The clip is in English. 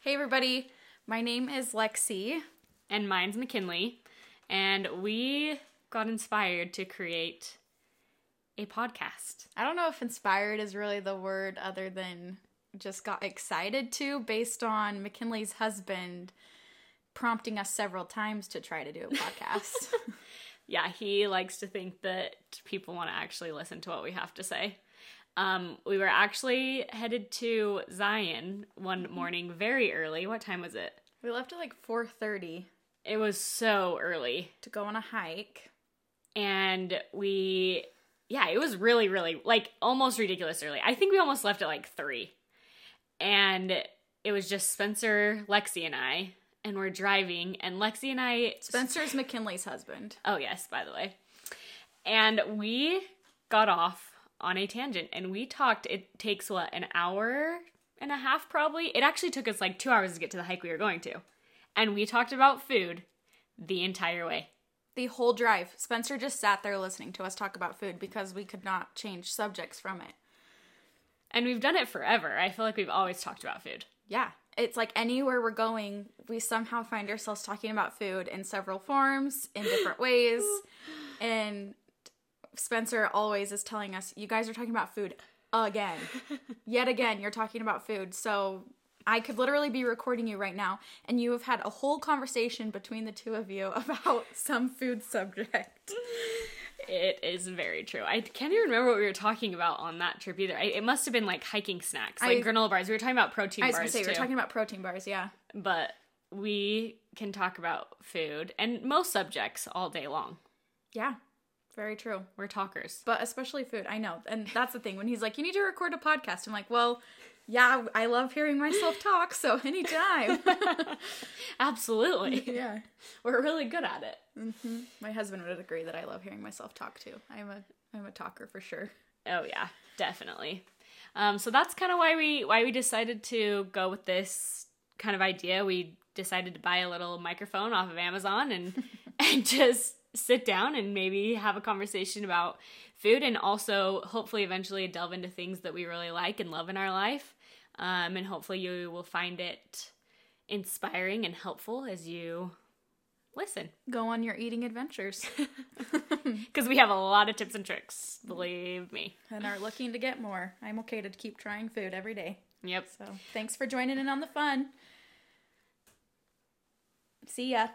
Hey, everybody. My name is Lexi. and mine's McKinley, and we got inspired to create a podcast. I don't know if inspired is really the word other than just got excited to based on McKinley's husband prompting us several times to try to do a podcast. Yeah, he likes to think that people want to actually listen to what we have to say. Um, we were actually headed to Zion one morning very early. What time was it? we left at like 4:30 It was so early. to go on a hike. And we, yeah, it was really, really, like almost ridiculous early. I think we almost left at like three. And it was just Spencer, Lexi, and I. And we're driving, and Lexi and I Spencer's McKinley's husband. Oh, yes, by the way. And we got off on a tangent and we talked. It takes what, an hour and a half probably? It actually took us like two hours to get to the hike we were going to. And we talked about food the entire way. The whole drive, Spencer just sat there listening to us talk about food because we could not change subjects from it. And we've done it forever. I feel like we've always talked about food. Yeah. It's like anywhere we're going, we somehow find ourselves talking about food in several forms, in different ways. And Spencer always is telling us, you guys are talking about food again. Yet again, you're talking about food. So I could literally be recording you right now, and you have had a whole conversation between the two of you about some food subject. It is very true. I can't even remember what we were talking about on that trip either. I, it must have been like hiking snacks, like I- granola bars. We were talking about protein I was bars. going to say, too. we're talking about protein bars, yeah. but we can talk about food and most subjects all day long. Yeah, very true. We're talkers. but especially food. I know, and that's the thing. When he's like, "You need to record a podcast," I'm like, "Well, yeah, I love hearing myself talk, so anytime." Absolutely. yeah, We're really good at it. my husband would agree that I love hearing myself talk too. I'm a I'm a talker for sure. Oh yeah, definitely. Um, so that's kind of why we why we decided to go with this kind of idea. We decided to buy a little microphone off of Amazon and and just sit down and maybe have a conversation about food and also hopefully eventually delve into things that we really like and love in our life. Um, and hopefully you will find it inspiring and helpful as you listen Go on your eating adventures because we have a lot of tips and tricks. Believe me. and are looking to get more. I'm okay to keep trying food every day. Yep. So thanks for joining in on the fun. See ya.